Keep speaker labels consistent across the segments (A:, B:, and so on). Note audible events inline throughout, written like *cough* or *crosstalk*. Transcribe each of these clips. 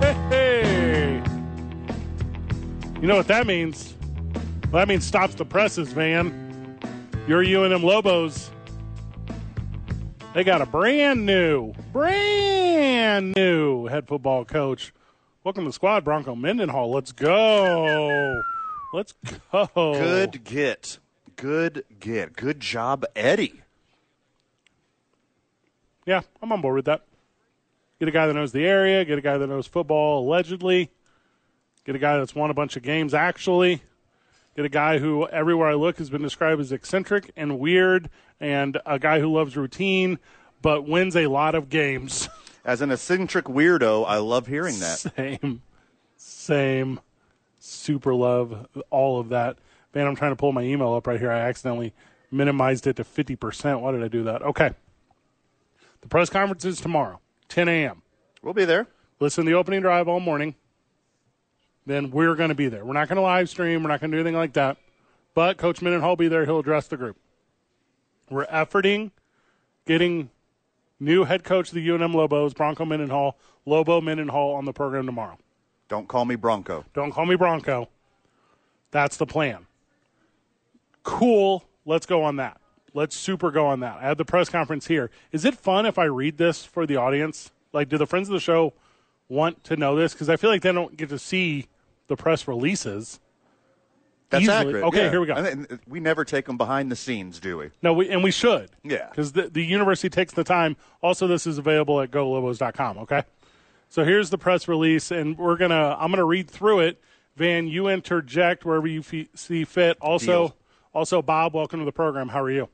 A: Hey! *laughs* You know what that means? Well, that means stops the presses, man. Your UNM Lobos. They got a brand new, brand new head football coach. Welcome to the squad, Bronco Mendenhall. Let's go. Let's go. Oh.
B: Good get. Good get. Good job, Eddie.
A: Yeah, I'm on board with that. Get a guy that knows the area, get a guy that knows football allegedly, get a guy that's won a bunch of games actually, get a guy who everywhere I look has been described as eccentric and weird, and a guy who loves routine but wins a lot of games. *laughs*
B: As an eccentric weirdo, I love hearing that.
A: Same, same, super love all of that. Man, I'm trying to pull my email up right here. I accidentally minimized it to 50%. Why did I do that? Okay. The press conference is tomorrow, 10 a.m.
B: We'll be there.
A: Listen to the opening drive all morning. Then we're going to be there. We're not going to live stream. We're not going to do anything like that. But Coach Mendenhall will be there. He'll address the group. We're efforting getting new head coach of the UNM Lobos, Bronco Mendenhall, Lobo Mendenhall on the program tomorrow.
B: Don't call me Bronco.
A: Don't call me Bronco. That's the plan. Cool. Let's go on that. Let's super go on that. I had the press conference here. Is it fun if I read this for the audience? Like, do the friends of the show want to know this? Because I feel like they don't get to see the press releases.
B: That's
A: Easily.
B: accurate.
A: Okay,
B: yeah.
A: here we go.
B: I think- we never take them behind the scenes, do we?
A: No, we, and we should.
B: Yeah.
A: Because the, the university takes the time. Also, this is available at golobos.com, okay? So here's the press release, and we're going to, I'm going to read through it. Van, you interject wherever you fe- see fit. Also,
B: Deal.
A: also, Bob, welcome to the program. How are you?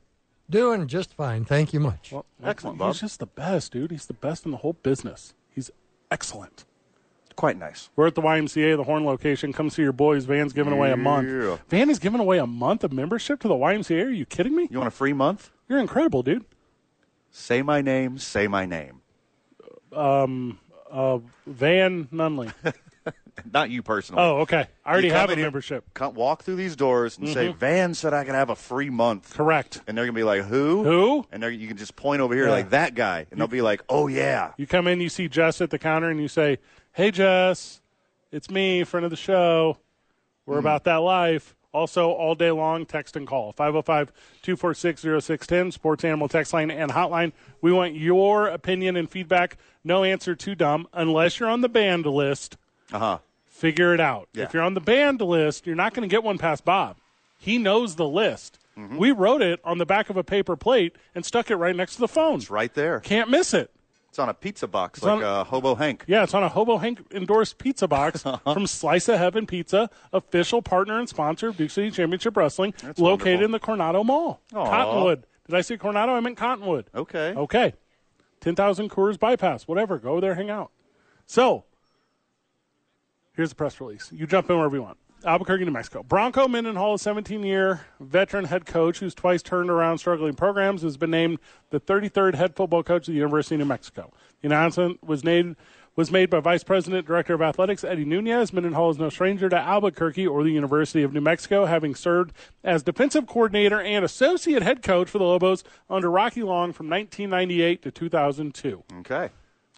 C: Doing just fine. Thank you much.
B: Excellent, Bob.
A: He's just the best, dude. He's the best in the whole business. He's excellent.
B: Quite nice.
A: We're at the YMCA, the Horn location. Come see your boys. Van's giving away a
B: Yeah.
A: month. Van is giving away a month of membership to the YMCA. Are you kidding me?
B: You want a free month?
A: You're incredible, dude.
B: Say my name. Say my name. *laughs*
A: Van Nunley.
B: Not you personally.
A: Oh, okay. I already
B: You come
A: have a
B: in here-
A: membership. Mm-hmm.
B: Come, walk through these doors and say, Van said I could have a free month.
A: Correct.
B: And they're going to be like, who?
A: Who?
B: And they're, you can just point over here
A: Yeah.
B: like that guy. And they'll be like, oh, yeah.
A: You come in, you see Jess at the counter, and you say, "Hey, Jess, it's me, friend of the show. We're
B: Hmm.
A: about that life." Also, all day long, text and call 505 246 0610, Sports Animal Text Line and Hotline. We want your opinion and feedback. No answer too dumb unless you're on the banned list.
B: Uh huh.
A: figure it out.
B: Yeah.
A: If you're on the banned list, you're not going to get one past Bob. He knows the list.
B: Mm-hmm.
A: We wrote it on the back of a paper plate and stuck it right next to the phone.
B: It's right there.
A: Can't miss it.
B: It's on a pizza box like
A: on-
B: uh, Hobo Hank.
A: Yeah, it's on a Hobo Hank endorsed pizza
B: *laughs*
A: box
B: Uh-huh.
A: from Slice of Heaven Pizza, official partner and sponsor of Duke City Championship Wrestling, located
B: wonderful.
A: in the Coronado Mall.
B: Aw.
A: Cottonwood. Did I say Coronado? I meant Cottonwood.
B: Okay.
A: Okay. 10,000 Coors Bypass, whatever. Go there, hang out. So, here's the press release. You jump in wherever you want. Albuquerque, New Mexico. Bronco Mendenhall, a 17 year veteran head coach who's twice turned around struggling programs, has been named the 33rd head football coach of the University of New Mexico. The announcement was made, was made by Vice President, Director of Athletics Eddie Nunez. Mendenhall is no stranger to Albuquerque or the University of New Mexico, having served as defensive coordinator and associate head coach for the Lobos under Rocky Long from 1998 to 2002.
B: Okay.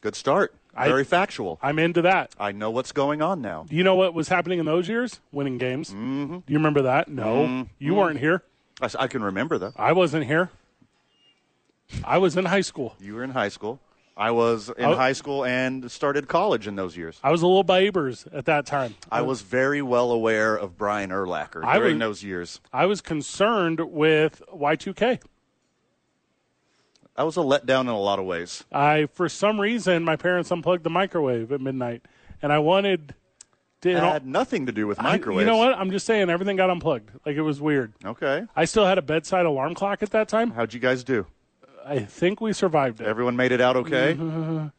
B: Good start.
A: I-
B: Very factual.
A: I'm into that.
B: I know what's going on now.
A: Do you know what was happening in those years? Winning games. Mm-hmm. Do you remember that? No. You weren't here.
B: I, s- I can remember that.
A: I wasn't here. I was in high school.
B: You were in high school. I was in
A: Oh.
B: high school and started college in those years.
A: I was a little babers at that time.
B: I was very well aware of Brian Erlacher
A: Oh. I
B: during
A: was-
B: those years.
A: I was concerned with Y2K.
B: I was a letdown in a lot of ways.
A: I, for some reason, my parents unplugged the microwave at midnight, and I wanted to.
B: It
A: and all-
B: had nothing to do with
A: I-
B: microwaves.
A: you know what? I'm just saying everything got unplugged. Like it was weird.
B: Okay.
A: I still had a bedside alarm clock at that time.
B: How'd you guys do?
A: I think we survived it.
B: Everyone made it
A: *laughs*
B: out okay?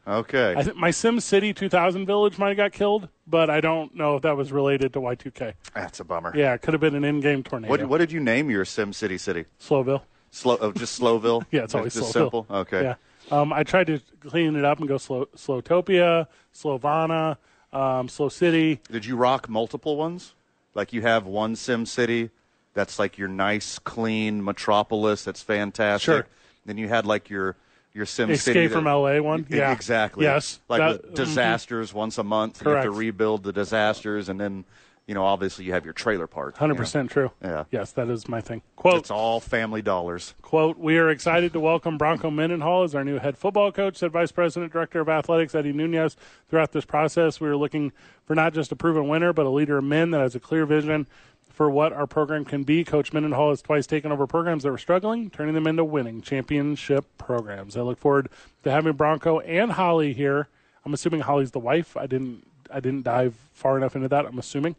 B: okay.
A: I th- my Sim City 2000 village might have got killed, but I don't know if that was related to Y2K.
B: That's a bummer.
A: Yeah, it could have been an in-game tornado.
B: What, what did you name your Sim City city?
A: Slowville.
B: Slow, oh, just Slowville?
A: *laughs* Yeah, it's always
B: just
A: Slowville.
B: simple. Okay.
A: Yeah. Um, I tried to clean it up and go slow, Slowtopia, Slovana, um, Slow City.
B: Did you rock multiple ones? Like you have one Sim City that's like your nice, clean metropolis that's fantastic.
A: Sure.
B: Then you had like your your Sim City
A: Escape
B: that-
A: from LA one.
B: E-
A: Yeah.
B: Exactly.
A: Yes.
B: Like
A: That- mm-hmm.
B: with disasters once a month. You
A: Correct.
B: have to rebuild the disasters, and then you know obviously you have your trailer park. you know.
A: 100% true.
B: Yeah.
A: Yes, that is my thing. Quote,
B: It's all family dollars.
A: quote, we are excited to welcome Bronco Mendenhall as our new head football coach, said Vice President, Director of Athletics Eddie Nunez. Throughout this process, we are looking for not just a proven winner, but a leader of men that has a clear vision for what our program can be. Coach Mendenhall has twice taken over programs that were struggling, turning them into winning championship programs. I look forward to having Bronco and Holly here. I'm assuming Holly's the wife. I didn't I didn't dive far enough into that, I'm assuming.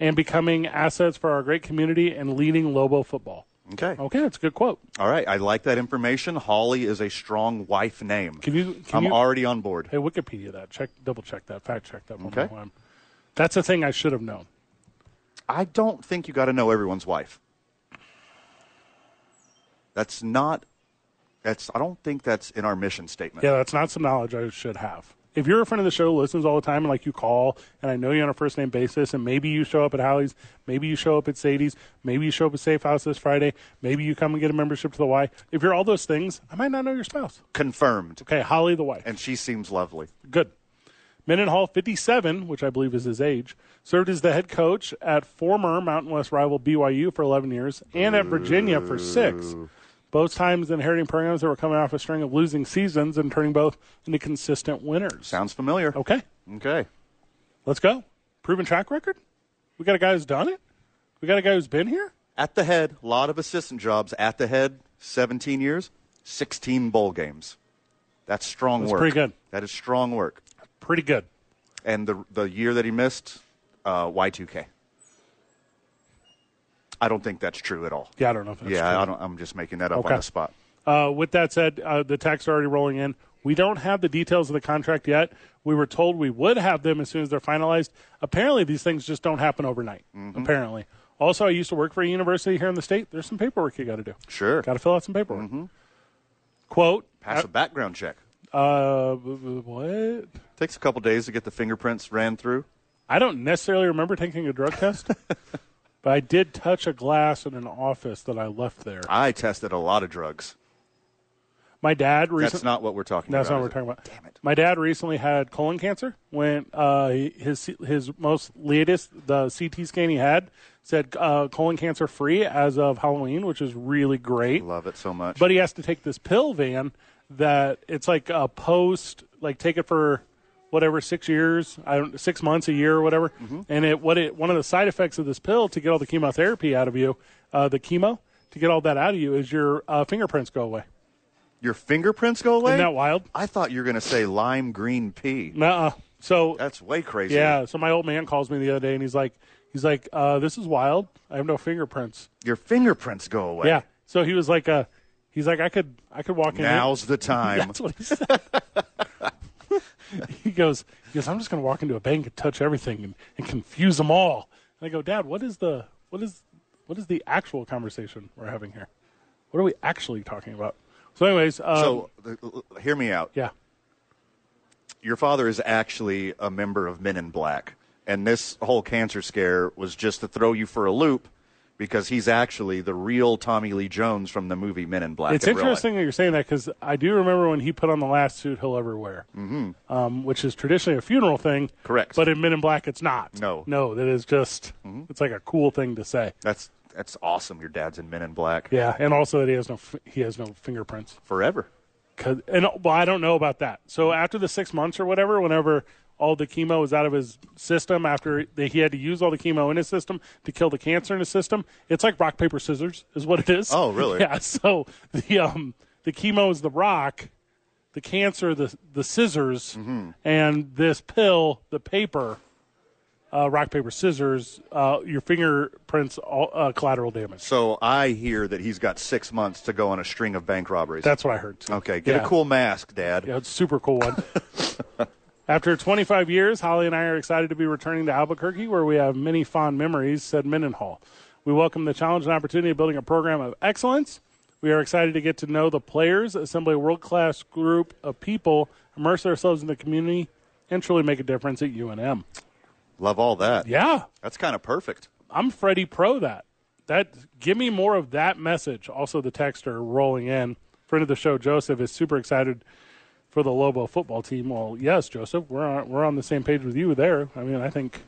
A: And becoming assets for our great community and leading Lobo football.
B: Okay.
A: Okay, that's a good quote.
B: All right. I like that information. Holly is a strong wife name.
A: Can you? Can
B: I'm
A: you,
B: already on board.
A: Hey, Wikipedia that. Check, double check that. Fact check that. One
B: Okay.
A: more time. That's a thing I should have known.
B: I don't think you got to know everyone's wife. That's not. That's. I don't think that's in our mission statement.
A: Yeah, that's not some knowledge I should have. If you're a friend of the show, listens all the time, and like you call, and I know you on a first name basis, and maybe you show up at Hallie's, maybe you show up at Sadie's, maybe you show up at Safe House this Friday, maybe you come and get a membership to the Y. If you're all those things, I might not know your spouse.
B: Confirmed.
A: Okay, Holly the wife.
B: And she seems lovely.
A: Good. Mendenhall, 57, which I believe is his age, served as the head coach at former Mountain West rival BYU for 11 years and at Virginia for six. Both times inheriting programs that were coming off a string of losing seasons and turning both into consistent winners.
B: Sounds familiar.
A: Okay,
B: Okay.
A: let's go. Proven track record? We got a guy who's done it? We got a guy who's been here?
B: At the head, a lot of assistant jobs. At the head, 17 years, 16 bowl games. That's strong
A: That's
B: work.
A: pretty good.
B: That is strong work.
A: Pretty good.
B: And the the year that he missed, uh, Y2K. I don't think that's true at all.
A: Yeah, I don't know if that's
B: yeah,
A: true.
B: I don't, I'm just making that up
A: Okay.
B: on the spot.
A: Uh, with that said, uh, the texts are already rolling in. We don't have the details of the contract yet. We were told we would have them as soon as they're finalized. Apparently, these things just don't happen overnight.
B: Mm-hmm.
A: Apparently. Also, I used to work for a university here in the state. There's some paperwork you got to do.
B: Sure. Mm-hmm.
A: Got to fill out some paperwork. Quote.
B: Pass a background check.
A: Uh, b- b- what?
B: Takes a couple days to get the fingerprints ran through.
A: I don't necessarily remember taking a drug
B: *laughs*
A: test, but I did touch a glass in an office that I left there.
B: I tested a lot of drugs.
A: My dad recently.
B: That's not what we're talking
A: That's not
B: about.
A: what we're
B: is
A: talking about.
B: Damn it.
A: My dad recently had colon cancer. When uh, his his most latest the CT scan he had said uh, colon cancer free as of Halloween, which is really great.
B: Love it so much.
A: But he has to take this pill van that it's like a post like take it for whatever six years, I don't six months a year or whatever.
B: Mm-hmm.
A: And it what it one of the side effects of this pill to get all the chemotherapy out of you, uh, the chemo to get all that out of you is your uh, fingerprints go away.
B: Your fingerprints go away?
A: Isn't that wild?
B: I thought you were going to say lime green pea.
A: Nuh-uh. So
B: That's way crazy.
A: Yeah. So my old man calls me the other day, and he's like, he's like, uh, "This is wild. I have no fingerprints."
B: Your fingerprints go away.
A: Yeah. So he was like, uh, he's like, I could, I could walk in. here."
B: Now's
A: *laughs*
B: the time.
A: That's what he said. *laughs* he goes, he goes, I'm just gonna walk into a bank and touch everything and, and confuse them all. And I go, Dad, what is the, what is, what is the actual conversation we're having here? What are we actually talking about? So, anyways, um,
B: so, th- l- l- hear me out.
A: yeah,
B: Your father is actually a member of Men in Black, and this whole cancer scare was just to throw you for a loop because he's actually the real Tommy Lee Jones from the movie Men in Black.
A: It's
B: in real life.
A: interesting that you're saying that because I do remember when he put on the last suit he'll ever wear, mm-hmm. um, which is traditionally a funeral thing.
B: Correct.
A: But in Men in Black, it's not.
B: No. Mm-hmm.
A: No, that is just, it's like a cool thing to say.
B: That's that's awesome. Your dad's in Men in Black
A: Yeah, and also that he has no f- he has no fingerprints.
B: forever.
A: 'Cause- and well, I don't know about that. So after the six months or whatever, whenever all the chemo was out of his system, after the, he had to use all the chemo in his system to kill the cancer in his system, it's like rock paper scissors is what it is.
B: Oh,
A: *laughs*
B: really?
A: Yeah. So the um the chemo is the rock, the
B: Mm-hmm.
A: cancer the the scissors, and this pill the paper uh, rock paper scissors, uh, your fingerprints all, uh, collateral damage.
B: So I hear that he's got six months to go on a string of bank robberies.
A: That's what I heard. Too.
B: okay. Get
A: Yeah.
B: a cool mask, Dad.
A: Yeah, it's a super cool one. After 25 years, Holly and I are excited to be returning to Albuquerque, where we have many fond memories, said Mendenhall. We welcome the challenge and opportunity of building a program of excellence. We are excited to get to know the players, assemble a world class group of people, immerse ourselves in the community, and truly make a difference at UNM.
B: Love all that.
A: Yeah,
B: That's kind of perfect.
A: I'm Freddie Pro that. That give me more of that message. Also the texter rolling in. Friend of the show Joseph is super excited for the Lobo football team. Well, yes, Joseph, we're on, we're on the same page with you there. I mean, I think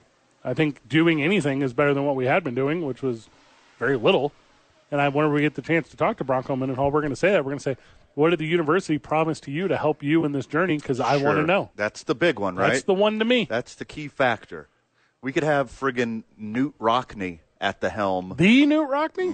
A: I think doing anything is better than what we had been doing, which was very little. And I whenever we get the chance to talk to Bronco Mendenhall, we're going to say that. We're going to say, "What did the university promise to you to help you in this journey?" Because I want to
B: Sure.
A: know.
B: That's the big one, right?
A: That's the one to me.
B: That's the key factor. We could have friggin' Newt Rockney at the helm. Mm-hmm.
A: the Newt Rockney.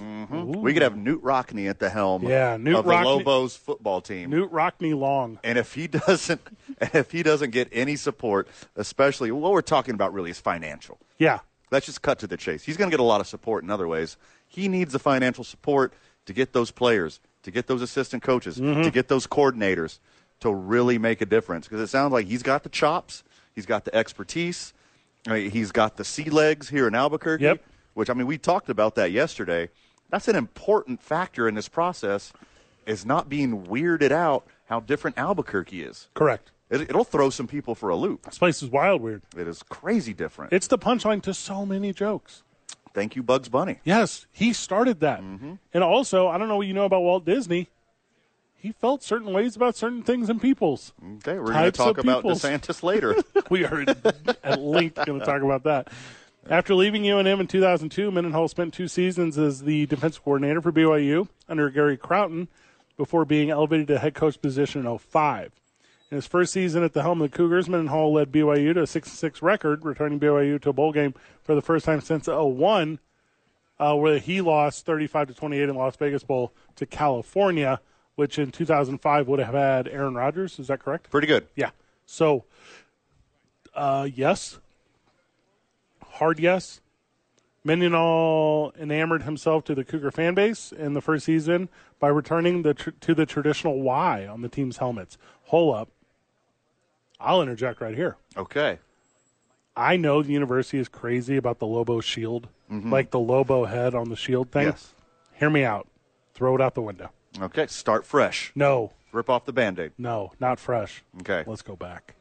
B: We could have Newt Rockney at the helm
A: Yeah, Newt
B: of
A: Rockne-
B: the Lobos football team.
A: Newt Rockney Long.
B: and if he doesn't *laughs* and if he doesn't get any support, especially what we're talking about really is financial.
A: Yeah,
B: Let's just cut to the chase. He's going to get a lot of support in other ways. He needs the financial support to get those players, to get those assistant coaches, to get those coordinators to really make a difference. Because it sounds like he's got the chops, he's got the expertise, I mean, he's got the sea legs here in Albuquerque.
A: Yep.
B: Which I mean, we talked about that yesterday. That's an important factor in this process, is not being weirded out how different Albuquerque is.
A: correct.
B: It, it'll throw some people for a loop.
A: This place is wild weird.
B: It is crazy different.
A: It's the punchline to so many jokes.
B: Thank you, Bugs Bunny.
A: Yes, he started that. And also, I don't know what you know about Walt Disney. He felt certain ways about certain things and peoples.
B: Okay, we're going to
A: Types of
B: talk about
A: peoples.
B: DeSantis
A: *laughs*
B: later.
A: we are at length going to talk about that. After leaving UNM in 2002, Mendenhall spent two seasons as the defensive coordinator for BYU under Gary Crouton before being elevated to head coach position in 05. In his first season at the helm of the Cougars, Mendenhall led BYU to a 6-6 record, returning BYU to a bowl game for the first time since 01, uh, where he lost 35 to 28 in Las Vegas Bowl to California, which in 2005 would have had Aaron Rodgers. Is that correct?
B: Pretty good.
A: Yeah. So, uh, yes, hard yes. Mendenhall enamored himself to the Cougar fan base in the first season by returning the tr- to the traditional Y on the team's helmets. Hold up. I'll interject right here.
B: Okay.
A: I know the university is crazy about the Lobo shield, like the Lobo head on the shield thing.
B: Mm-hmm. Yes.
A: Hear me out. Throw it out the window.
B: Okay. Start fresh.
A: No,
B: Rip off the band aid.
A: no, not fresh.
B: Okay.
A: Let's go back.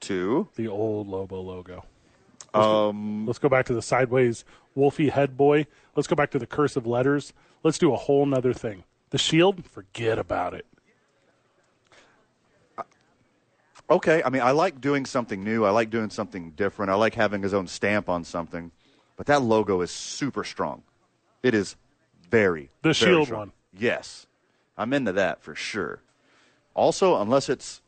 B: Two.
A: the old Lobo logo. Um, let's go back to the sideways Wolfie head boy. Let's go back to the cursive letters. Let's do a whole nother thing. The shield, forget about it.
B: Okay. I mean, I like doing something new. I like doing something different. I like having his own stamp on something. But that logo is super strong. It is very
A: The
B: very
A: shield
B: strong.
A: one.
B: Yes. I'm into that for sure. Also, unless it's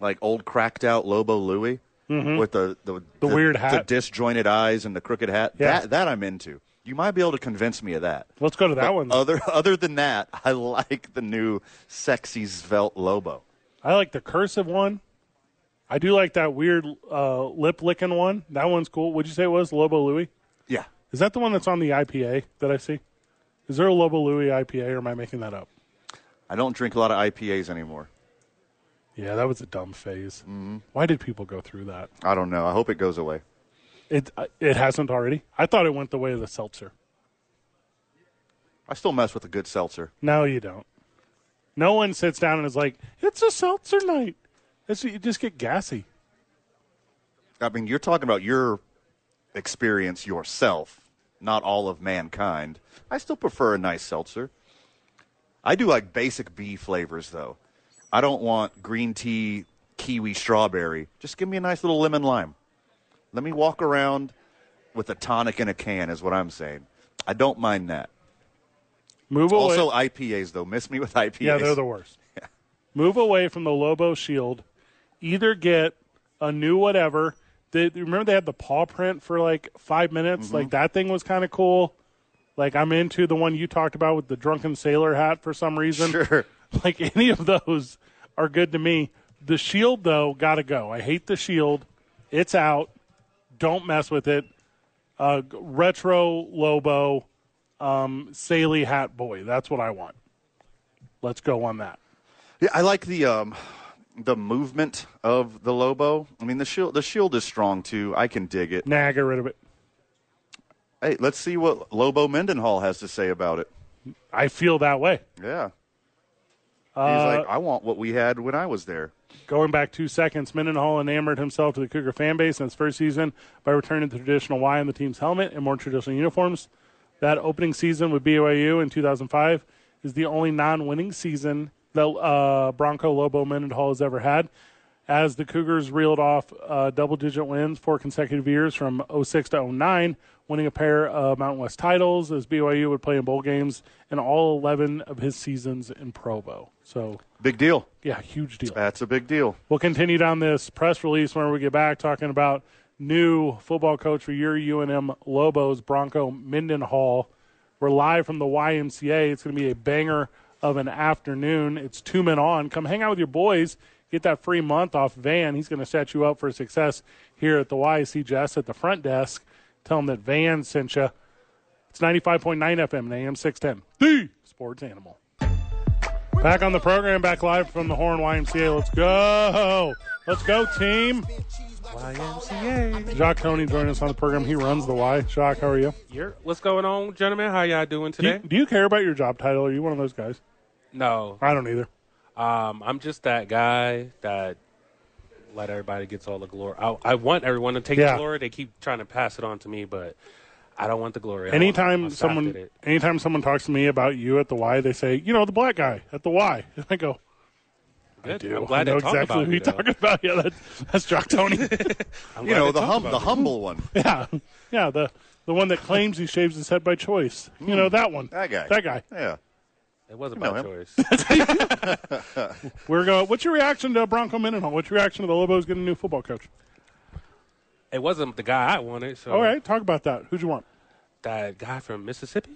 B: like old cracked out Lobo Louie with the the,
A: Mm-hmm. The weird hat.
B: the disjointed eyes, and the crooked hat.
A: Yeah.
B: That that I'm into. You might be able to convince me of that.
A: Let's go to that
B: But
A: one.
B: Other other than that, *laughs* I like the new sexy svelte Lobo.
A: I like the cursive one. I do like that weird uh, lip licking one. That one's cool. Would you say it was Lobo Louie?
B: Yeah,
A: Is that the one that's on the IPA that I see? Is there a Lobo Louie IPA, or am I making that up?
B: I don't drink a lot of IPAs anymore.
A: Yeah, that was a dumb phase. Why did people go through that?
B: I don't know. I hope it goes away.
A: It uh, it hasn't already. I thought it went the way of the seltzer.
B: I still mess with a good seltzer.
A: No, you don't. No one sits down and is like, "It's a seltzer night." It's, you just get gassy.
B: I mean, you're talking about your experience yourself, not all of mankind. I still prefer a nice seltzer. I do like basic bee flavors, though. I don't want green tea, kiwi, strawberry. Just give me a nice little lemon lime. Let me walk around with a tonic in a can, is what I'm saying. I don't mind that.
A: Move away.
B: Also, uh, IPAs, though. Miss me with IPAs.
A: yeah, they're the worst. Move away from the Lobo Shield. Either get a new whatever. They, remember they had the paw print for like five minutes. Like that thing was kind of cool. Like I'm into the one you talked about with the drunken sailor hat for some reason.
B: Sure.
A: *laughs* Like any of those are good to me. The shield though, gotta go. I hate the shield. It's out. Don't mess with it. Uh, retro Lobo, um, Saley Hat Boy. That's what I want. Let's go on that.
B: Yeah, I like the um, the movement of the Lobo. I mean, the shield the shield is strong too. I can dig it.
A: Nah, get rid of it.
B: Hey, let's see what Lobo Mendenhall has to say about it.
A: I feel that way.
B: Yeah. He's
D: Uh,
B: like, I want what we had when I was there.
A: Going back two seconds, Mendenhall enamored himself to the Cougar fan base in his first season by returning to traditional Y on the team's helmet and more traditional uniforms. That opening season with BYU in 2005 is the only non winning season that uh, Bronco Lobo Mendenhall has ever had, as the Cougars reeled off uh, double digit wins four consecutive years from 06 to 09, winning a pair of Mountain West titles as BYU would play in bowl games in all 11 of his seasons in Provo. So,
B: Big deal.
A: yeah, huge deal.
B: That's a big deal.
A: We'll continue down this press release when we get back, talking about new football coach for your UNM Lobos, Bronco Mendenhall. We're live from the YMCA. It's going to be a banger of an afternoon. It's two men on. Come hang out with your boys. Get that free month off Van. He's going to set you up for success here at the YCJS at the front desk. Tell him that Van sent you. It's 95.9 FM and AM 610. The sports animal. Back on the program, back live from the Horn YMCA. Let's go. Let's go, team. YMCA. Jacques Tony joining us on the program. He runs the Y. Jacques, how are you?
D: Here. What's going on, gentlemen? How y'all doing
A: Do, you?
D: today?
A: do you care about your job title? Are you one of those guys?
D: no,
A: I don't either.
D: um, I'm just that guy that let everybody gets all the glory. I, I want everyone to take
A: Yeah.
D: the glory. They keep trying to pass it on to me, but I don't want the glory. I want- my
A: Anytime
D: staff did
A: someone,
D: it.
A: anytime someone talks to me about you at the Y, they say, you know, the black guy at the Y. *laughs* And I go,
D: Good.
A: dude,
D: I'm glad
A: I know
D: they talked
A: exactly
D: about
A: who
D: me,
A: you're
D: though.
A: talking about. *laughs* Yeah, that, that's Jacques
D: *laughs*
A: Tony.
D: I'm
B: You
D: glad
B: know,
D: they
B: the
D: talked
B: hum,
D: about
B: the
D: me.
B: humble one.
A: yeah, yeah, the the one that claims he shaves his head by choice. You
D: Hmm.
A: know that one.
B: That guy.
A: That guy.
B: *laughs* Yeah.
D: It wasn't
B: You know
D: by
B: him.
D: choice.
A: We're going. What's your reaction to Bronco Mendenhall? What's your reaction to the Lobos getting a new football coach?
D: it wasn't the guy I wanted. So
A: All right, talk about that. Who'd you want?
D: that guy from Mississippi.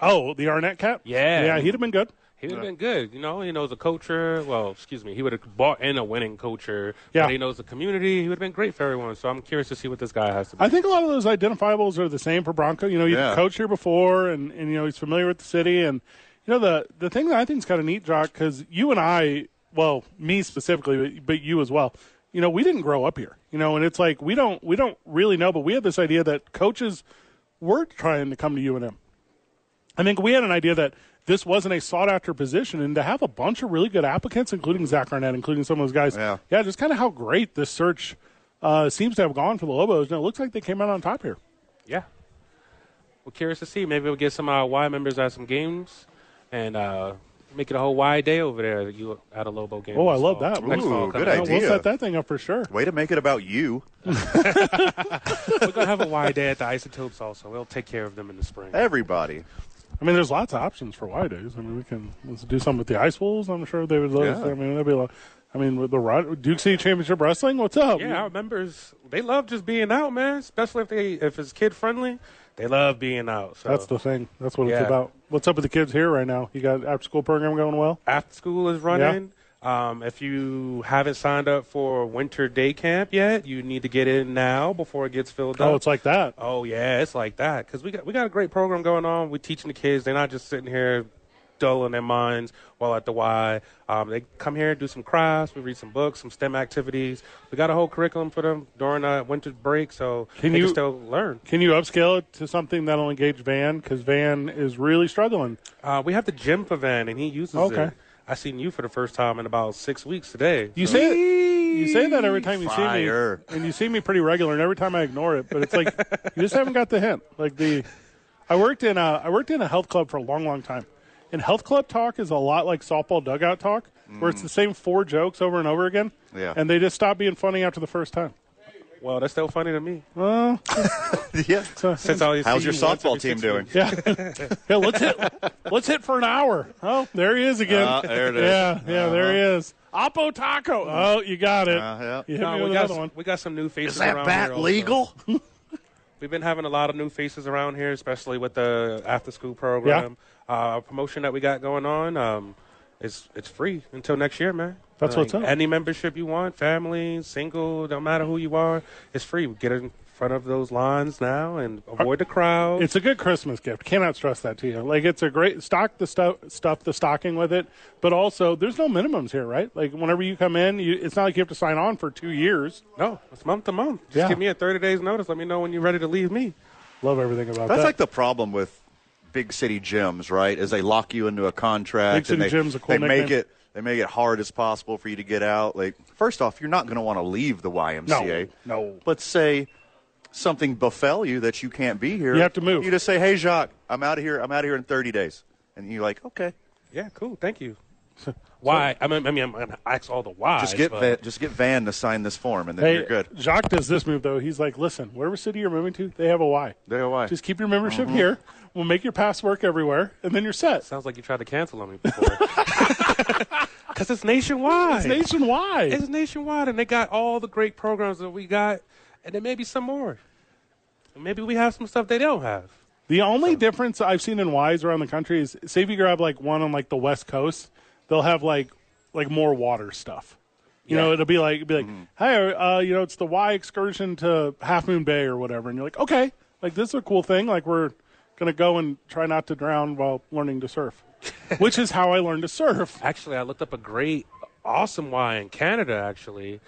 A: Oh, the Arnett cat.
D: Yeah.
A: yeah, he'd have been good.
D: He would have been good, you know. He knows the culture. Well, excuse me, he would have bought in a winning culture.
A: Yeah.
D: but he knows the community. He would have been great for everyone. So I'm curious to see what this guy has to. Be.
A: I think a lot of those identifiables are the same for Bronco. You know, he's
B: Yeah.
A: coached here before, and, and you know he's familiar with the city. And you know the the thing that I think is kind of neat, Jock, because you and I, well, me specifically, but, but you as well. You know, we didn't grow up here. You know, and it's like we don't we don't really know, but we had this idea that coaches were trying to come to UNM. I think we had an idea that this wasn't a sought after position, and to have a bunch of really good applicants, including Zach Arnett, including some of those guys,
B: Yeah.
A: just kind of how great this search uh, seems to have gone for the Lobos, and it looks like they came out on top here.
D: Yeah. We're curious to see. Maybe we'll get some of our Y members at some games and uh, make it a whole Y day over there at, you, at a Lobo game.
A: Oh, I love
D: So,
A: that.
D: next
B: Ooh,
D: fall
B: good
D: coming up,
B: idea.
A: We'll set that thing up for sure.
B: Way to make it about you.
D: We're going to have a Y day at the Isotopes also. We'll take care of them in the spring.
B: Everybody.
A: I mean, there's lots of options for Y days. I mean, we can let's do something with the Ice Wolves. I'm sure they would love.
B: Yeah.
A: I mean, that'd be a lot. I mean, with the Rod- Duke City Championship Wrestling. What's up?
D: Yeah, our members, they love just being out, man. Especially if they if it's kid friendly, they love being out. So
A: that's the thing. That's what it's
D: Yeah.
A: about. What's up with the kids here right now? You got after school program going well?
D: after school is running. Um, if you haven't signed up for winter day camp yet, you need to get in now before it gets filled up.
A: Oh, it's like that.
D: Oh yeah, it's like that because we got we got a great program going on. We're teaching the kids; they're not just sitting here dull in their minds while at the Y. Um, they come here and do some crafts. We read some books, some STEM activities. We got a whole curriculum for them during uh, winter break, so
A: Can
D: they
A: you-
D: can still learn.
A: Can you upscale it to something that'll engage Van? Because Van is really struggling.
D: Uh, we have the gym for Van, and he uses
A: Okay.
D: it. I seen you for the first time in about six weeks today.
A: You say you say that every time you
B: Fire.
A: see me, and you see me pretty regular, and every time I ignore it. But it's like you just haven't got the hint. Like the, I worked in a I worked in a health club for a long, long time, and health club talk is a lot like softball dugout talk, where it's the same four jokes over and over again.
B: Mm. Yeah.
A: and they just stop being funny after the first time.
D: well, that's still funny to me.
B: *laughs* yeah.
D: Since I only see
B: How's your
D: you once every
B: softball team
D: six
B: doing?
D: weeks.
A: Yeah, yeah. Let's hit.
B: *laughs*
A: Let's hit for an hour. Oh, there he is again.
B: Ah, there it is. Mm-hmm.
A: Yeah, yeah. There he is. Oppo Taco. Oh, you got it.
B: Uh,
A: You hit me
B: yeah.
D: No, we
A: with
D: got,
A: another one.
D: we got some new faces.
B: Is that
D: around here
B: bat
D: also.
B: legal?
D: *laughs*
B: *laughs*
D: We've been having a lot of new faces around here, especially with the after school program uh, promotion that we got going on. Um, it's it's free until next year, man.
A: That's what's up.
D: Any membership you want, family, single, don't matter who you are, it's free. Get in front of those lines now and avoid the crowd.
A: It's a good Christmas gift. Cannot stress that to you. Like it's a great stock the stuff stuff the stocking with it, but also there's no minimums here, right? Like whenever you come in, you, it's not like you have to sign on for two years.
D: no, it's month to month. Just
A: Yeah.
D: give me a 30 days notice. Let me know when you're ready to leave me.
A: Love everything about
B: That's
A: that.
B: like the problem with big city gyms, right? Is they lock you into a
A: Big
B: contract
A: city
B: and they,
A: gym's a cool
B: they make
A: nickname.
B: it they make it hard as possible for you to get out. Like first off, you're not going to want to leave the YMCA.
A: No, no.
B: But say something befell you that you can't be here.
A: You have to move.
B: You just say, "Hey Jacques, I'm out of here. I'm out of here in 30 days." And you're like, "Okay,
D: Yeah, cool.
A: *laughs*
D: Thank you. Why? I mean, I mean, I'm going to ask all the why.
B: just get Van, just get Van to sign this form and then
A: Hey,
B: you're good."
A: Jacques does this move though. He's like, listen, whatever city you're moving to, they have a Y.
B: They have a Y. Mm-hmm.
A: Just keep your membership here. We'll make your pass work everywhere, and then you're set.
D: Sounds like you tried to cancel on me before. *laughs* Because it's nationwide.
A: It's nationwide.
D: It's nationwide, and they got all the great programs that we got, and then maybe some more. And maybe we have some stuff they don't have.
A: The only difference I've seen in Ys around the country is, say, if you grab like one on like the West Coast, they'll have like like more water stuff. You know, it'll be like it'll be like, hey, uh, you know, it's the Y excursion to Half Moon Bay or whatever, and you're like, okay, like this is a cool thing. Like we're gonna go and try not to drown while learning to surf, which is how I learned to surf.
D: Actually, I looked up a great, awesome Y in Canada. Actually,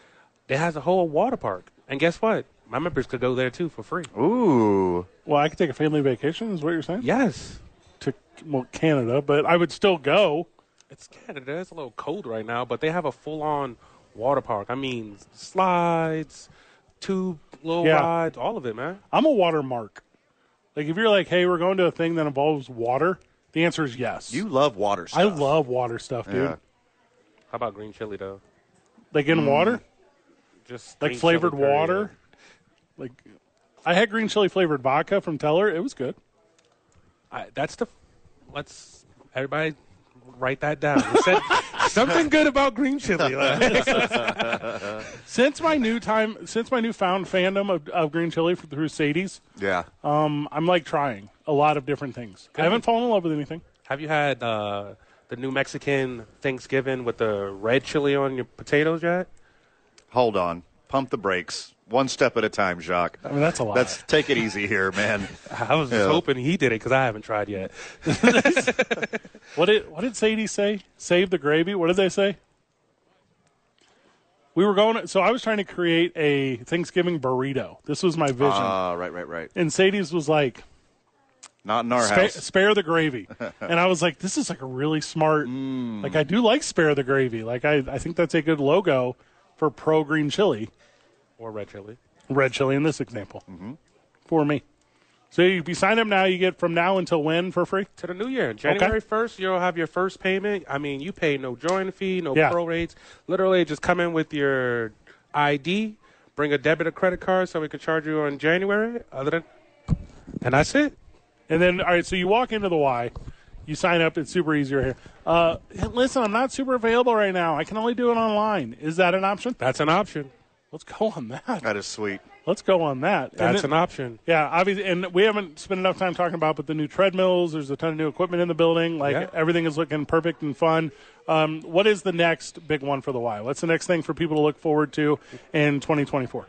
D: that has a whole water park, and guess what? My members could go there too for free.
B: Ooh.
A: Well, I could take a family vacation, is what you're saying?
D: Yes,
A: To well, Canada, but I would still go.
D: it's Canada. It's a little cold right now, but they have a full-on water park. I mean, slides, tube, little
A: Yeah.
D: rides, all of it, man.
A: I'm a water mark. Like if you're like, hey, we're going to a thing that involves water, the answer is yes.
B: You love water stuff.
A: I love water stuff, dude.
B: Yeah.
D: How about green chili though?
A: Like in water,
D: Just
A: like
D: Mm, green chili
A: flavored
D: curry.
A: water. Like I had green chili flavored vodka from Teller. It was good.
D: I, that's the. Let's everybody write that down. We said *laughs* something good about green chili. Like,
B: *laughs*
A: Since my new time, since my newfound fandom of, of green chili f- through Sadie's,
B: Yeah.
A: um, I'm like trying a lot of different things. I haven't fallen in love with anything.
D: have you had uh, the New Mexican Thanksgiving with the red chili on your potatoes yet?
B: Hold on. Pump the brakes. One step at a time, Jacques.
A: I mean, that's a lot.
B: That's take it easy here, man.
D: I was just
B: Yeah.
D: hoping he did it because I haven't tried yet.
A: What did what did Sadie say? Save the gravy. What did they say? We were going. So I was trying to create a Thanksgiving burrito. This was my vision.
B: Ah, right, right, right.
A: and Sadie's was like,
B: Not in our
A: "Spa-
B: house.
A: "Spare the
B: *laughs*
A: gravy," and I was like, "This is like a really smart.
B: Mm.
A: Like I do like spare the gravy. Like I I think that's a good logo for pro green chili,
D: Or red chili.
A: red chili in this example,
B: Mm-hmm.
A: for me. So if you sign up now, you get from now until when for free.
D: To the new year, January first, you'll have your first payment. I mean, you pay no join fee, no
A: Yeah.
D: pro rates. Literally, just come in with your ID, bring a debit or credit card, so we can charge you on January. Other than, and that's it.
A: And then, all right, so you walk into the Y, you sign up. It's super easy right here. Uh, listen, I'm not super available right now. I can only do it online. Is that an option?
D: That's an option.
A: Let's go on that.
B: That is sweet.
A: Let's go on that. And
D: That's
A: then-
D: an option.
A: yeah, obviously, and we haven't spent enough time talking about, but the new treadmills. There's a ton of new equipment in the building. Like
D: Yeah.
A: everything is looking perfect and fun. Um, what is the next big one for the Y? What's the next thing for people to look forward to in 2024?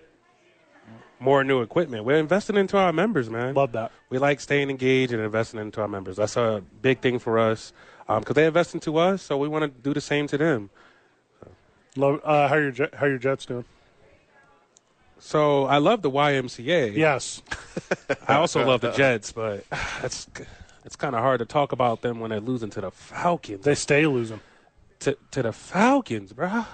D: More new equipment. We're investing into our members, man.
A: Love that.
D: We like staying engaged and investing into our members. That's a big thing for us um, because they invest into us, so we want to do the same to them.
A: Love uh, how your Je- how your Jets doing?
D: So I love the YMCA.
A: Yes,
D: I also love the Jets, but *sighs* it's it's kind of hard to talk about them when they're losing to the Falcons.
A: they stay losing.
D: to, to the Falcons, bruh.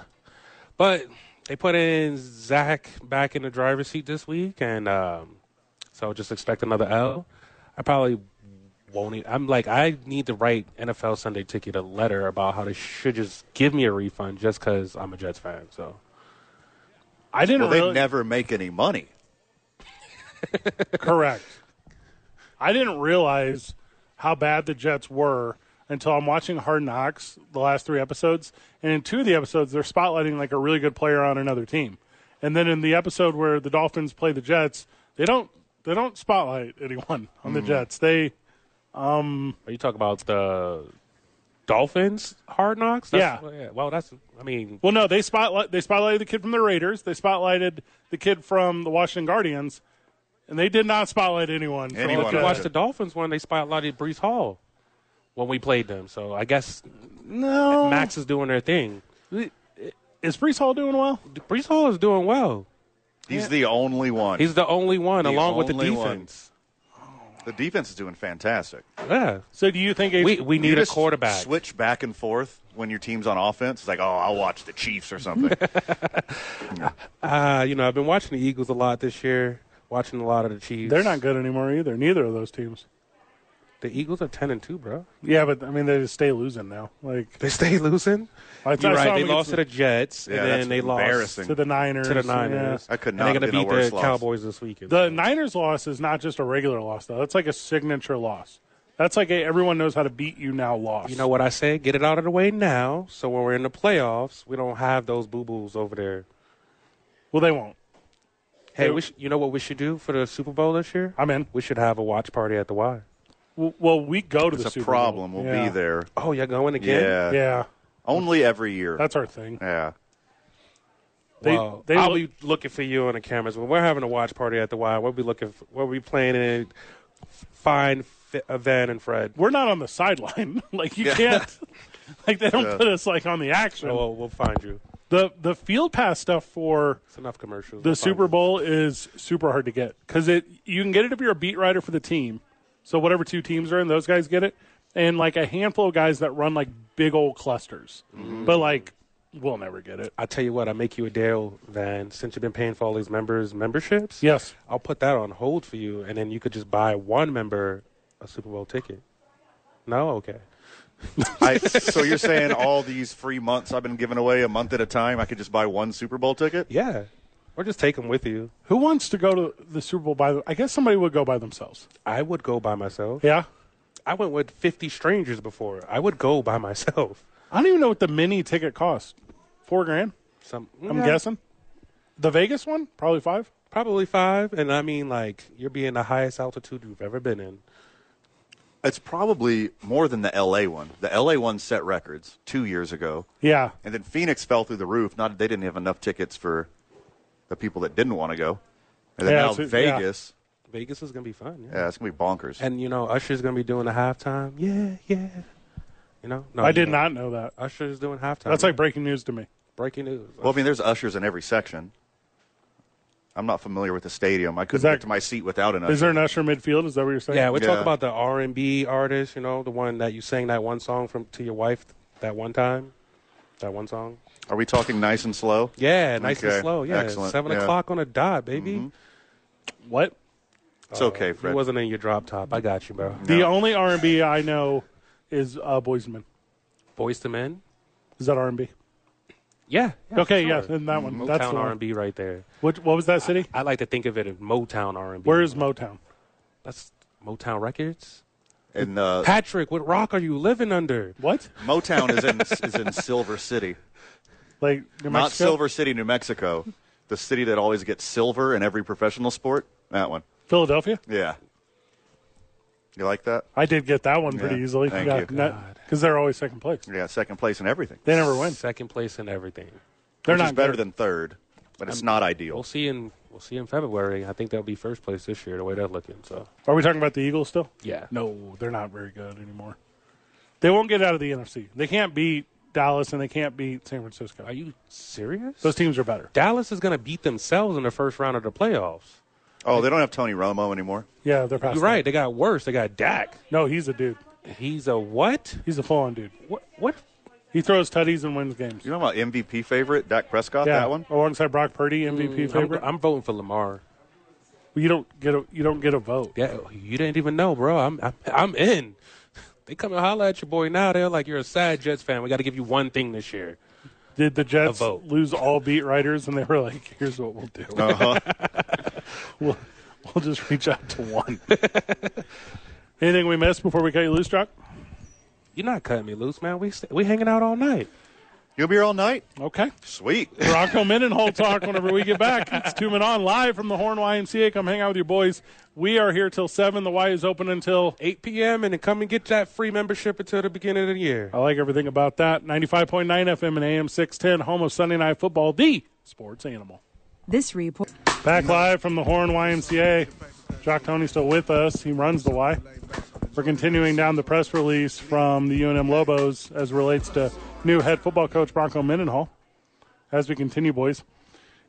D: But they put in Zach back in the driver's seat this week, and um, so just expect another L. I probably won't. e I'm like, I need to write NFL Sunday Ticket a letter about how they should just give me a refund just because I'm a Jets fan. So
A: I didn't
B: Well,
A: really
B: they never make any money.
A: Correct. I didn't realize how bad the Jets were until I'm watching Hard Knocks the last three episodes, and in two of the episodes they're spotlighting like a really good player on another team, and then in the episode where the Dolphins play the Jets, they don't they don't spotlight anyone on the Jets. They
D: are you talking about the Dolphins hard knocks? That's-
A: Yeah.
D: Well, that's. I mean,
A: well no they spotlight they spotlighted the kid from the Raiders, they spotlighted the kid from the Washington Guardians, And they did not spotlight anyone. so-
B: Anyone.
D: If you
B: Yeah.
D: watch the Dolphins one, they spotlighted Brees Hall when we played them. So I guess
A: No.
D: Max is doing their thing.
A: Is Brees Hall doing well?
D: Brees Hall is doing well.
B: He's the only one.
D: He's the only one,
B: The
D: along with the
B: only one.
D: defense.
B: the defense is doing fantastic.
D: Yeah,
A: So do you think?
D: we we
B: You
D: need a
B: just
D: quarterback.
B: Switch back and forth when your team's on offense. It's like, oh, I'll watch the Chiefs or something.
D: Uh, you know, I've been watching the Eagles a lot this year. Watching a lot of the Chiefs.
A: they're not good anymore either. Neither of those teams.
D: The Eagles are ten and two, bro. *laughs*
A: Yeah, but I mean they just stay losing now. Like
D: They stay losing.
A: I I
D: You're
A: saw
D: right. They
A: them
D: lost to the
A: against
D: Jets,
B: Yeah,
D: and
B: that's
D: then they lost
B: embarrassing.
A: to the Niners.
D: to the Niners.
A: yeah.
B: That could
D: And
B: not
D: they're
B: have
D: gonna
B: been a
D: beat
B: worse
D: the
B: loss.
D: Cowboys this weekend.
A: The
D: so.
A: Niners loss is not just a regular loss though. That's like a signature loss. That's like a everyone knows how to beat you now loss.
D: You know what I say? Get it out of the way now, so when we're in the playoffs, we don't have those boo boos over there.
A: Well, they won't.
D: Hey, we sh- you know what we should do for the Super Bowl this year?
A: I'm in.
D: we should have a watch party at the Y.
A: W- Well, we go to
B: it's
A: the
B: a
A: Super Bowl.
B: problem. We'll
A: Yeah.
B: be there.
D: Oh, you're going again?
B: Yeah.
A: Yeah,
B: Only every year.
A: that's our thing.
B: yeah.
A: They,
D: Wow.
A: they
D: I'll
A: look-
D: be looking for you on the cameras. When we're having a watch party at the Y, we'll be looking. For, we'll be playing in fine fi- Van and Fred.
A: we're not on the sideline. *laughs* like you can't. Like they don't put us like on the action.
D: Oh, we'll, we'll find you.
A: the the field pass stuff for
D: It's enough commercials.
A: the
D: We'll find
A: Super
D: you.
A: Bowl is super hard to get because it you can get it if you're a beat writer for the team. So whatever two teams are in, those guys get it, and like a handful of guys that run like big old clusters. But like, we'll never get it.
D: I tell you what, I make you a deal, Van. Since you've been paying for all these members' memberships,
A: Yes,
D: I'll put that on hold for you, and then you could just buy one member a Super Bowl ticket. No, okay.
B: I, so you're saying all these free months I've been giving away a month at a time, I could just buy one Super Bowl ticket?
D: Yeah, or just take them with you.
A: who wants to go to the Super Bowl by? The, I guess somebody would go by themselves.
D: I would go by myself.
A: Yeah,
D: I went with 50 strangers before. I would go by *laughs* myself.
A: I don't even know what the mini ticket cost. Four grand,
D: Some,
A: I'm
D: Yeah,
A: guessing. The Vegas one, probably five.
D: Probably five, and I mean like you're being the highest altitude you've ever been in.
B: It's probably more than the LA one. The LA one set records two years ago.
A: Yeah,
B: And then Phoenix fell through the roof. Not they didn't have enough tickets for the people that didn't want to go. And then
A: Yeah,
B: now
A: it's-
B: Vegas.
D: Vegas is gonna be fun. Yeah.
B: Yeah. it's gonna be bonkers.
D: And you know Usher's gonna be doing the halftime. Yeah, yeah. You know, no,
A: I
D: you
A: did
D: know,
A: not know that.
D: Usher's doing halftime.
A: That's like breaking news to me.
D: breaking news.
B: well, I mean, there's ushers in every section. I'm not familiar with the stadium. I couldn't
A: that-
B: get to my seat without an usher.
A: Is there an usher midfield? Is that what you're saying?
D: yeah, we talk
B: Yeah.
D: about the R and B artist. You know, the one that you sang that one song from to your wife that one time. That one song.
B: Are we talking nice and slow?
D: Yeah, nice
B: Okay,
D: and slow. Yeah,
B: excellent,
D: seven
B: yeah. Mm-hmm.
D: o'clock on a dot, baby.
A: What?
B: It's okay, Fred.
D: He wasn't in your drop top. I got you, bro.
A: The only R and B I know is uh, Boys and Men.
D: Voice to Men.
A: Is that R and B?
D: Yeah. yeah,
A: Okay,
D: for
A: yeah,
D: sure.
A: then that one. That's
D: Motown
A: the one.
D: R and B right there.
A: What, what was that city?
D: I like to think of it as Motown R and B.
A: Where is Motown?
D: that's Motown Records?
B: And uh,
D: Patrick, what rock are you living under?
A: What? *laughs*
B: Motown is in is in Silver City,
A: Like New
B: not
A: Mexico?
B: Silver City, New Mexico, the city that always gets silver in every professional sport. That one,
A: Philadelphia.
B: yeah. You like that?
A: I did get that one pretty
B: Yeah,
A: easily.
B: thank you.
A: Because they're always second place.
B: Yeah, second place in everything.
A: They never win.
D: Second place in everything.
A: They're
B: which
A: not
B: is better
A: good. Um,
B: than third, but it's not
D: We'll
B: ideal.
D: see in we'll see in February. I think they'll be first place this year, the way they're looking. So
A: Are we talking about the Eagles still?
D: yeah,
A: No, they're not very good anymore. They won't get out of the NFC. They can't beat Dallas and they can't beat San Francisco.
D: Are you serious?
A: Those teams are better.
D: Dallas is going to beat themselves in the first round of the playoffs.
B: Oh, they don't have Tony Romo anymore.
A: Yeah, they're past.
D: You're
A: that.
D: right. They got worse. They got Dak.
A: No, he's a dude.
D: He's a what?
A: He's a full-on dude.
D: What? What?
A: He throws tutties and wins games.
B: You know about MVP favorite Dak Prescott?
A: Yeah,
B: That one. Hmm,
A: alongside Brock Purdy, MVP
D: I'm,
A: favorite.
D: I'm voting for Lamar.
A: you don't get a you don't get a vote.
D: Yeah, you didn't even know, bro. I'm I'm, I'm in. *laughs* They come and holler at your boy now. They're like, you're a sad Jets fan. We got to give you one thing this year.
A: Did the Jets
D: vote.
A: lose all beat writers and they were like, "Here's what we'll do. *laughs*
B: Uh-huh.
A: we'll we'll just reach out to one."
D: *laughs*
A: Anything we missed before we cut you loose, Jock?
D: You're not cutting me loose, man. We st- we hanging out all night.
B: You'll be here all night.
A: Okay.
B: Sweet.
A: Bronco Mendenhall talk whenever we get back. It's two men on live from the Horn YMCA. Come hang out with your boys. We are here till seven. The Y is open until
D: 8 p.m. and then come and get that free membership until the beginning of the year.
A: I like everything about that. 95.9 FM and AM 610, home of Sunday Night Football, the sports animal.
E: This report.
A: Back live from the Horn YMCA. Jock Tony still with us. He runs the Y. We're continuing down the press release from the UNM Lobos as relates to new head football coach Bronco Mendenhall. As we continue, boys.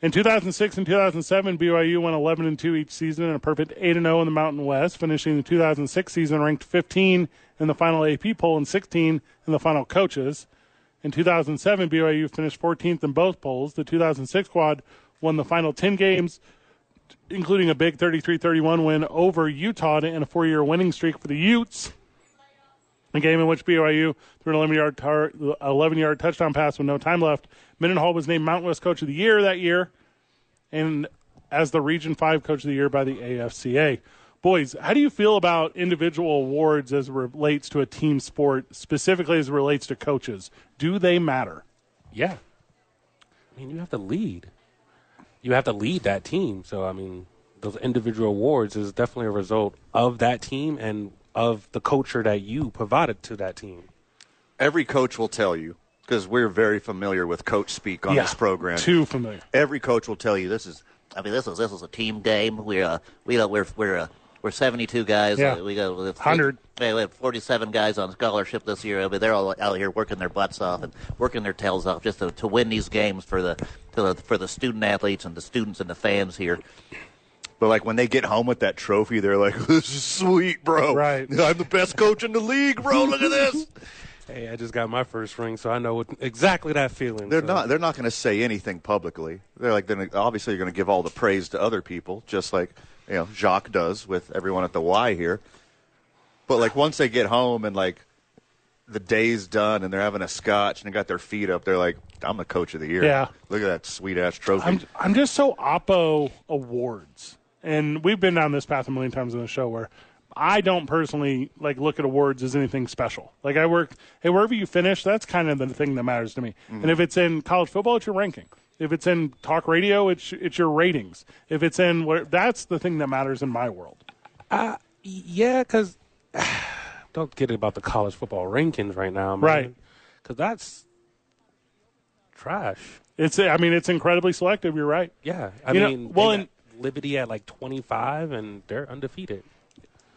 A: In 2006 and 2007, BYU won 11 and 2 each season and a perfect 8 and 0 in the Mountain West, finishing the 2006 season ranked 15 in the final AP poll and 16 in the final coaches. In 2007, BYU finished 14th in both polls. The 2006 squad won the final 10 games, including a big 33-31 win over Utah and a four-year winning streak for the Utes. A game in which BYU threw an 11-yard, tar- 11-yard touchdown pass with no time left. Mendenhall was named Mountain West Coach of the Year that year, and as the Region Five Coach of the Year by the AFCA. Boys, how do you feel about individual awards as it relates to a team sport, specifically as it relates to coaches? Do they matter?
D: Yeah. I mean, you have to lead. You have to lead that team. So, I mean, those individual awards is definitely a result of that team and of the culture that you provided to that team.
B: Every coach will tell you because we're very familiar with coach speak on
A: Yeah.
B: this program.
A: Too familiar.
B: Every coach will tell you this is
E: I mean, this was this was a team game. We're uh, we uh, we're we're uh, we're seventy two guys.
A: Yeah.
E: Uh, we got uh,
A: 100.
E: We have forty seven guys on scholarship this year. I mean, they're all out here working their butts off and working their tails off just to, to win these games for the, to the for the student athletes and the students and the fans here.
B: But like when they get home with that trophy, they're like, *laughs* "This is sweet, bro.
A: Right.
B: I'm the best coach in the league, bro. Look at
A: *laughs*
B: this."
D: Hey, I just got my first ring, so I know what, exactly that feeling.
B: They're
D: so.
B: not. They're not going to say anything publicly. They're like, they're obviously going to give all the praise to other people, just like you know Jacques does with everyone at the Y here. But like once they get home and like the day's done and they're having a scotch and they got their feet up, they're like, "I'm the coach of the year.
A: Yeah.
B: Look at that sweet ass trophy.
A: I'm I'm just so oppo awards, and we've been down this path a million times on the show where I don't personally like look at awards as anything special. Like I work, hey, wherever you finish, that's kind of the thing that matters to me. And if it's in college football, it's your ranking. If it's in talk radio, it's it's your ratings. If it's in where that's the thing that matters in my world.
D: Yeah, because *sighs* don't get it about the college football rankings right now, man.
A: Right.
D: Because that's trash.
A: It's I mean it's incredibly selective. You're right.
D: Yeah, I
A: You know,
D: mean,
A: well,
D: well,
A: and-
D: Liberty at like 25, and they're undefeated.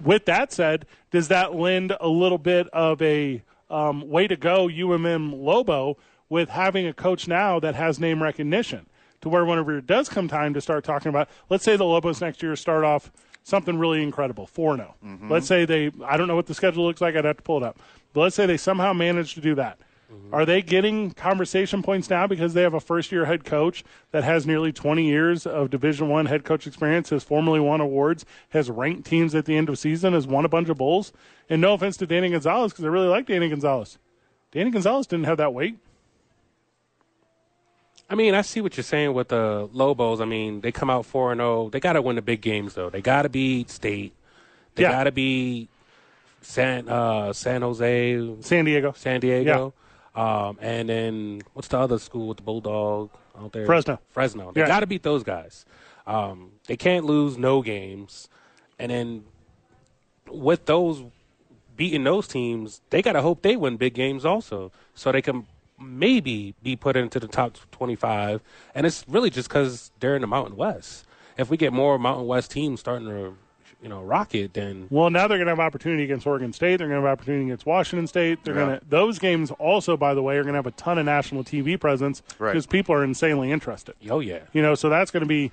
A: With that said, does that lend a little bit of a um, way to go UMM Lobo with having a coach now that has name recognition to where whenever it does come time to start talking about, let's say the Lobos next year start off something really incredible, 4 0. Let's say they, I don't know what the schedule looks like, I'd have to pull it up. But let's say they somehow manage to do that.
B: Mm-hmm.
A: Are they getting conversation points now because they have a first-year head coach that has nearly 20 years of Division One head coach experience, has formerly won awards, has ranked teams at the end of season, has won a bunch of bowls? And no offense to Danny Gonzalez, because I really like Danny Gonzalez. Danny Gonzalez didn't have that weight.
D: I mean, I see what you're saying with the Lobos. I mean, they come out 4 and 0. They got to win the big games, though. They got to beat State. They
A: Yeah.
D: got to beat San uh, San Jose,
A: San Diego,
D: San Diego. Um, and then what's the other school with the Bulldog out there?
A: Fresno.
D: Fresno. They
A: Yeah.
D: got to beat those guys. Um, they can't lose no games. And then with those beating those teams, they got to hope they win big games also, so they can maybe be put into the top 25. And it's really just because they're in the Mountain West. If we get more Mountain West teams starting to, you know, rocket, then
A: Well, now they're going to have opportunity against Oregon State. They're going to have opportunity against Washington State. They're
B: Yeah.
A: going to those games also, by the way, are going to have a ton of national TV presence
B: Right.
A: because people are insanely interested.
D: oh yeah,
A: You know, so that's going to be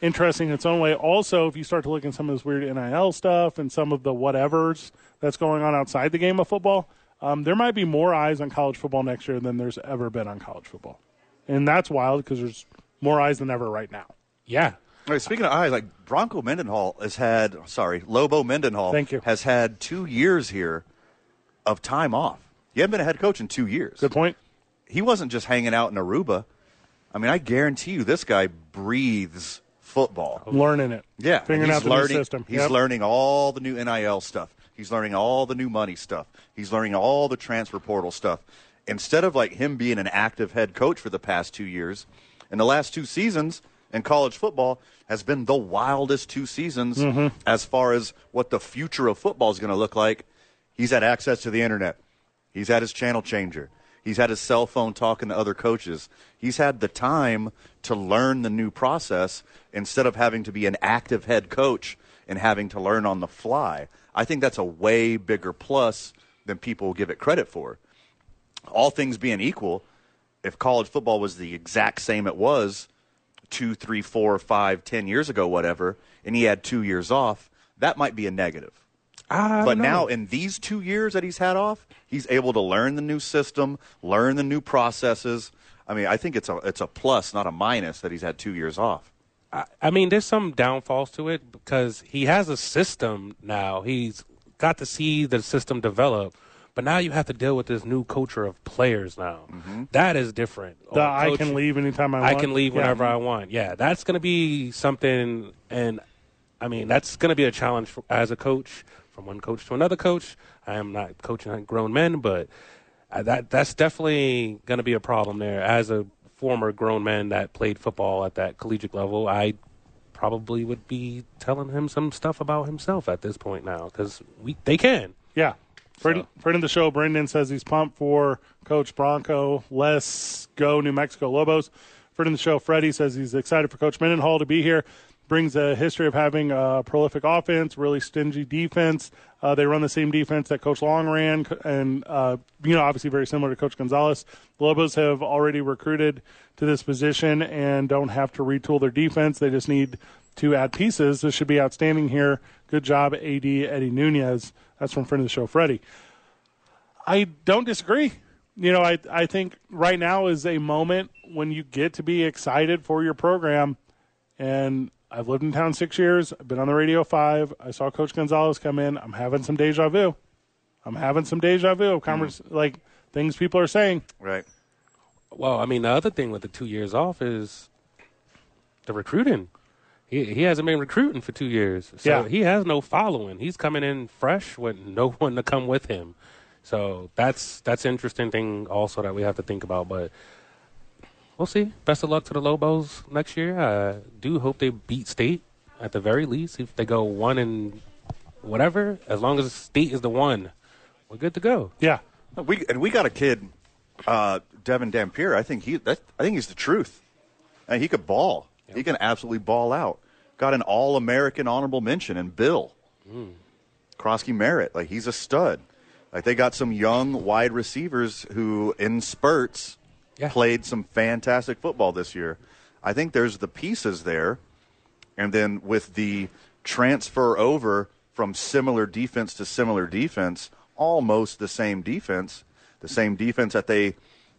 A: interesting in its own way. Also, if you start to look at some of this weird NIL stuff and some of the whatevers that's going on outside the game of football, um, there might be more eyes on college football next year than there's ever been on college football. And that's wild because there's more eyes than ever right now.
D: yeah.
B: All right, speaking of eyes, like Bronco Mendenhall has had, sorry, Lobo Mendenhall
A: Thank you.
B: has had two years here of time off. He hadn't been a head coach in two years.
A: Good point.
B: He wasn't just hanging out in Aruba. I mean, I guarantee you this guy breathes football.
A: Learning it.
B: Yeah, and
A: Oh. Figuring
B: he's
A: out the new
B: learning,
A: system.
B: He's
A: Yep.
B: learning all the new NIL stuff. He's learning all the new money stuff. He's learning all the transfer portal stuff. Instead of like him being an active head coach for the past two years, in the last two seasons in college football has been the wildest two seasons
A: Mm-hmm.
B: as far as what the future of football is going to look like. He's had access to the internet. He's had his channel changer. He's had his cell phone talking to other coaches. He's had the time to learn the new process instead of having to be an active head coach and having to learn on the fly. I think that's a way bigger plus than people give it credit for. All things being equal, if college football was the exact same it was two, three, four, five, ten years ago, whatever, and he had two years off, that might be a negative.
D: I
B: But
D: don't know.
B: now, in these two years that he's had off, he's able to learn the new system, learn the new processes. I mean, I think it's a it's a plus, not a minus, that he's had two years off.
D: I, I mean, there's some downfalls to it because he has a system now. He's got to see the system develop, but now you have to deal with this new culture of players now. That is different.
A: The
D: Oh,
A: I
D: coach,
A: can leave anytime I want.
D: I can leave
A: Yeah.
D: whenever I want. Yeah, that's going to be something, and I mean that's going to be a challenge for, as a coach from one coach to another coach. I am not coaching grown men, but uh, that that's definitely going to be a problem there. As a former grown man that played football at that collegiate level, I probably would be telling him some stuff about himself at this point now because we they can.
A: Yeah. Friend, friend of the show, Brendan says he's pumped for Coach Bronco. Let's go, New Mexico Lobos. Friend of the show, Freddie says he's excited for Coach Mendenhall to be here. Brings a history of having a prolific offense, really stingy defense. Uh, they run the same defense that Coach Long ran, c- and uh, you know, obviously very similar to Coach Gonzalez. The Lobos have already recruited to this position and don't have to retool their defense. They just need to add pieces. This should be outstanding here. Good job, AD Eddie Nunez. That's from friend of the show, Freddie. I don't disagree. You know, I I think right now is a moment when you get to be excited for your program. And I've lived in town six years. I've been on the radio five. I saw Coach Gonzalez come in. I'm having some deja vu. I'm having some deja vu. of Convers- like things people are saying.
B: Right.
D: Well, I mean, the other thing with the two years off is the recruiting. He he hasn't been recruiting for two years, so
A: Yeah.
D: he has no following. He's coming in fresh with no *laughs* one to come with him. So that's that's interesting thing also that we have to think about. But we'll see. Best of luck to the Lobos next year. I do hope they beat State at the very least. If they go one and whatever, as long as State is the one, we're good to go.
A: Yeah.
B: We and we got a kid, uh, Devin Dampier. I think he. That, I think he's the truth. And he could ball. He can absolutely ball out. Got an All American honorable mention in Bill. Krosky Merritt. Like he's a stud. Like they got some young wide receivers who, in spurts,
D: Yeah.
B: played some fantastic football this year. I think there's the pieces there, and then with the transfer over from similar defense to similar defense, almost the same defense, the same defense that they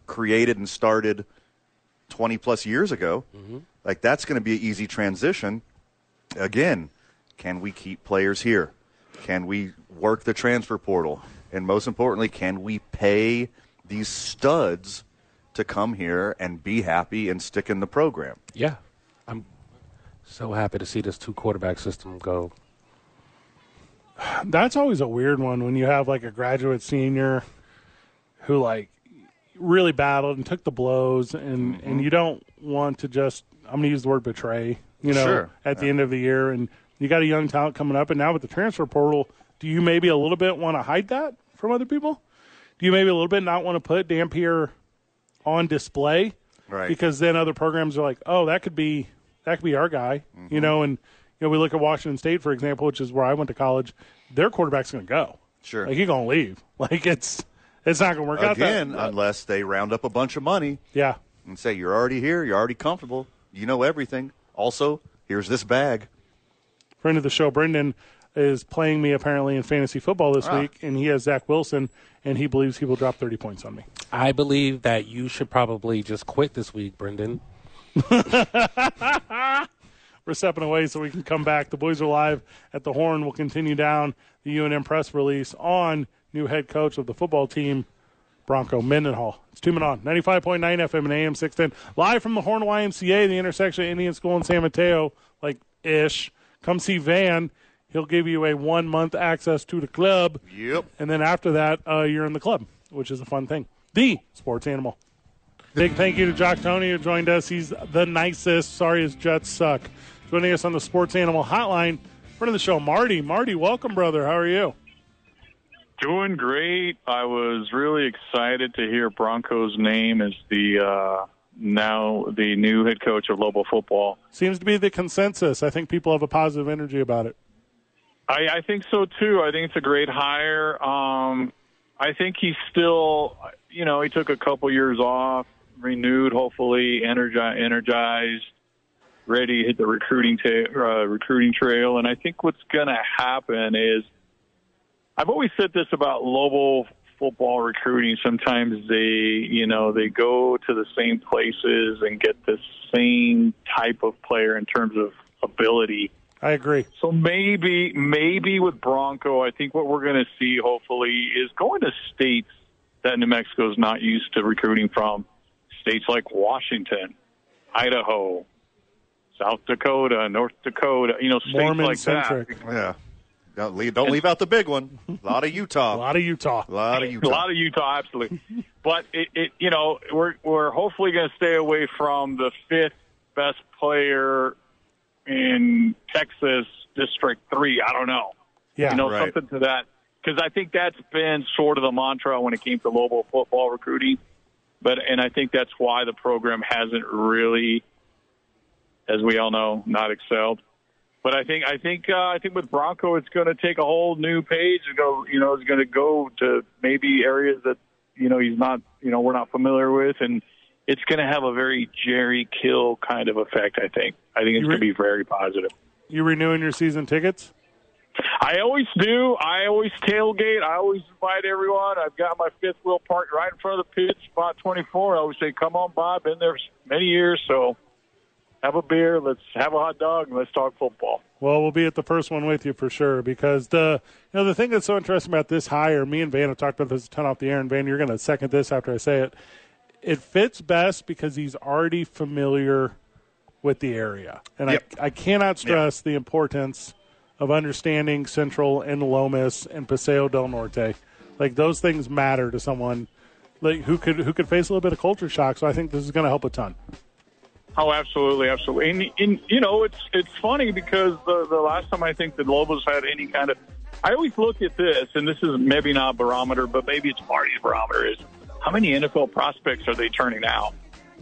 B: created and started 20 plus years ago. Like that's going to be an easy transition. Again, can we keep players here? Can we work the transfer portal? And most importantly, can we pay these studs to come here and be happy and stick in the program?
D: Yeah. I'm so happy to see this two quarterback system go.
A: That's always a weird one when you have like a graduate senior who like really battled and took the blows and
B: Mm-hmm.
A: and you don't want to just I'm going to use the word betray, you know,
B: Sure.
A: at the end of the year and you got a young talent coming up and now with the transfer portal, do you maybe a little bit want to hide that from other people? Do you maybe a little bit not want to put Dampier on display?
B: Right.
A: Because then other programs are like, "Oh, that could be that could be our guy." You know, and you know, we look at Washington State for example, which is where I went to college. Their quarterback's going to go.
B: Sure.
A: Like he's going to leave. *laughs* Like it's it's not going to work out that-
B: Again, unless they round up a bunch of money
A: yeah.
B: and say, you're already here, you're already comfortable, you know everything. Also, here's this bag.
A: friend of the show, Brendan, is playing me apparently in fantasy football this
B: Ah.
A: week, and he has Zach Wilson, and he believes he will drop 30 points on me.
D: I believe that you should probably just quit this week, Brendan.
A: We're stepping away so we can come back. The boys are live at the horn. We'll continue down the UNM press release on new head coach of the football team, Bronco Mendenhall. It's two men on 95.9 FM and AM 610. Live from the Horn YMCA, the intersection of Indian School and San Mateo, like ish. Come see Van. He'll give you a one month access to the club.
B: Yep.
A: And then after that, uh, you're in the club, which is a fun thing. The sports animal. Big thank you to Jock Tony who joined us. He's the nicest. Sorry, his Jets suck. Joining us on the Sports Animal Hotline, friend of the show, Marty. Marty, welcome, brother. How are you?
F: Doing great. I was really excited to hear Bronco's name as the uh, now the new head coach of Lobo football.
A: Seems to be the consensus. I think people have a positive energy about it.
F: I, I think so too. I think it's a great hire. Um, I think he's still, you know, he took a couple years off, renewed, hopefully energized, energized ready to hit the recruiting ta- uh, recruiting trail. And I think what's going to happen is, I've always said this about Lobo football recruiting. Sometimes they, you know, they go to the same places and get the same type of player in terms of ability.
A: I agree.
F: So maybe, maybe with Bronco, I think what we're going to see hopefully is going to states that New Mexico's not used to recruiting from, states like Washington, Idaho, South Dakota, North Dakota, you know, states
A: Mormon
F: like
A: centric.
F: that.
B: Yeah. Don't leave, don't leave out the big one. A *laughs* lot of
A: A
B: Utah.
A: lot of Utah.
B: A lot of Utah.
F: A lot of
A: *laughs*
F: Utah, absolutely. but it, it, you know, we're we're hopefully going to stay away from the fifth best player in Texas District Three. I don't know,
A: Yeah.
F: you know,
B: right.
F: something to that, because I think that's been sort of the mantra when it came to Lobo football recruiting. But and I think that's why the program hasn't really, as we all know, not excelled. But I think I think uh, I think with Bronco, it's going to take a whole new page and go. You know, it's going to go to maybe areas that you know he's not. You know, we're not familiar with, and it's going to have a very Jerry Kill kind of effect. I think. I think it's
A: re-
F: going to be very positive.
A: You renewing your season tickets?
F: I always do. I always tailgate. I always invite everyone. I've got my fifth wheel parked right in front of the pit, spot 24. I always say, come on, Bob. Been there many years, so have a beer. Let's have a hot dog and let's talk football.
A: Well, we'll be at the first one with you for sure because the you know the thing that's so interesting about this hire, me and Van have talked about this a ton off the air, and Van, you're going to second this after I say it. It fits best because he's already familiar with the area, and
B: Yep.
A: I I cannot stress the importance of understanding Central and Lomas and Paseo del Norte. Like those things matter to someone like who could who could face a little bit of culture shock. So I think this is going to help a ton.
F: Oh, absolutely, absolutely. And, and you know, it's it's funny because the the last time I think the Lobos had any kind of, I always look at this, and this is maybe not a barometer, but maybe it's Marty's barometer is how many NFL prospects are they turning out?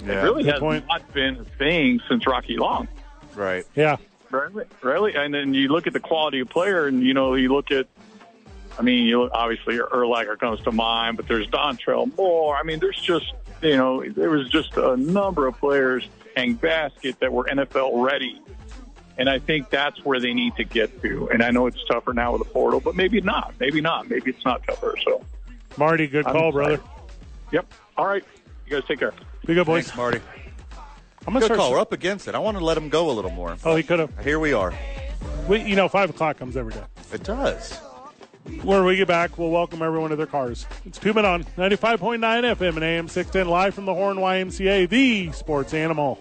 B: Yeah,
F: it really has
A: point.
F: not been a thing since Rocky Long.
B: Right.
A: Yeah,
F: Really, really, and then you look at the quality of player, and you know you look at. I mean, you look, obviously Erlacher comes to mind, but there's Dontrell Moore. I mean, there's just you know there was just a number of players and basket that were NFL ready, and I think that's where they need to get to. And I know it's tougher now with the portal, but maybe not. Maybe not. Maybe it's not tougher. So,
A: Marty, good
F: I'm
A: call,
F: excited.
A: brother.
F: yep. All right, you guys take care.
A: Be good, boys.
B: Thanks, Marty.
A: I'm gonna
B: Good
A: start.
B: call. We're up against it. I want to let him go a little more.
A: Oh, he could have.
B: Here we are.
A: We, you know, five o'clock comes every day.
B: It does.
A: When we get back, we'll welcome everyone to their cars. It's two men on 95.9 FM and AM 610 live from the Horn YMCA, the sports animal.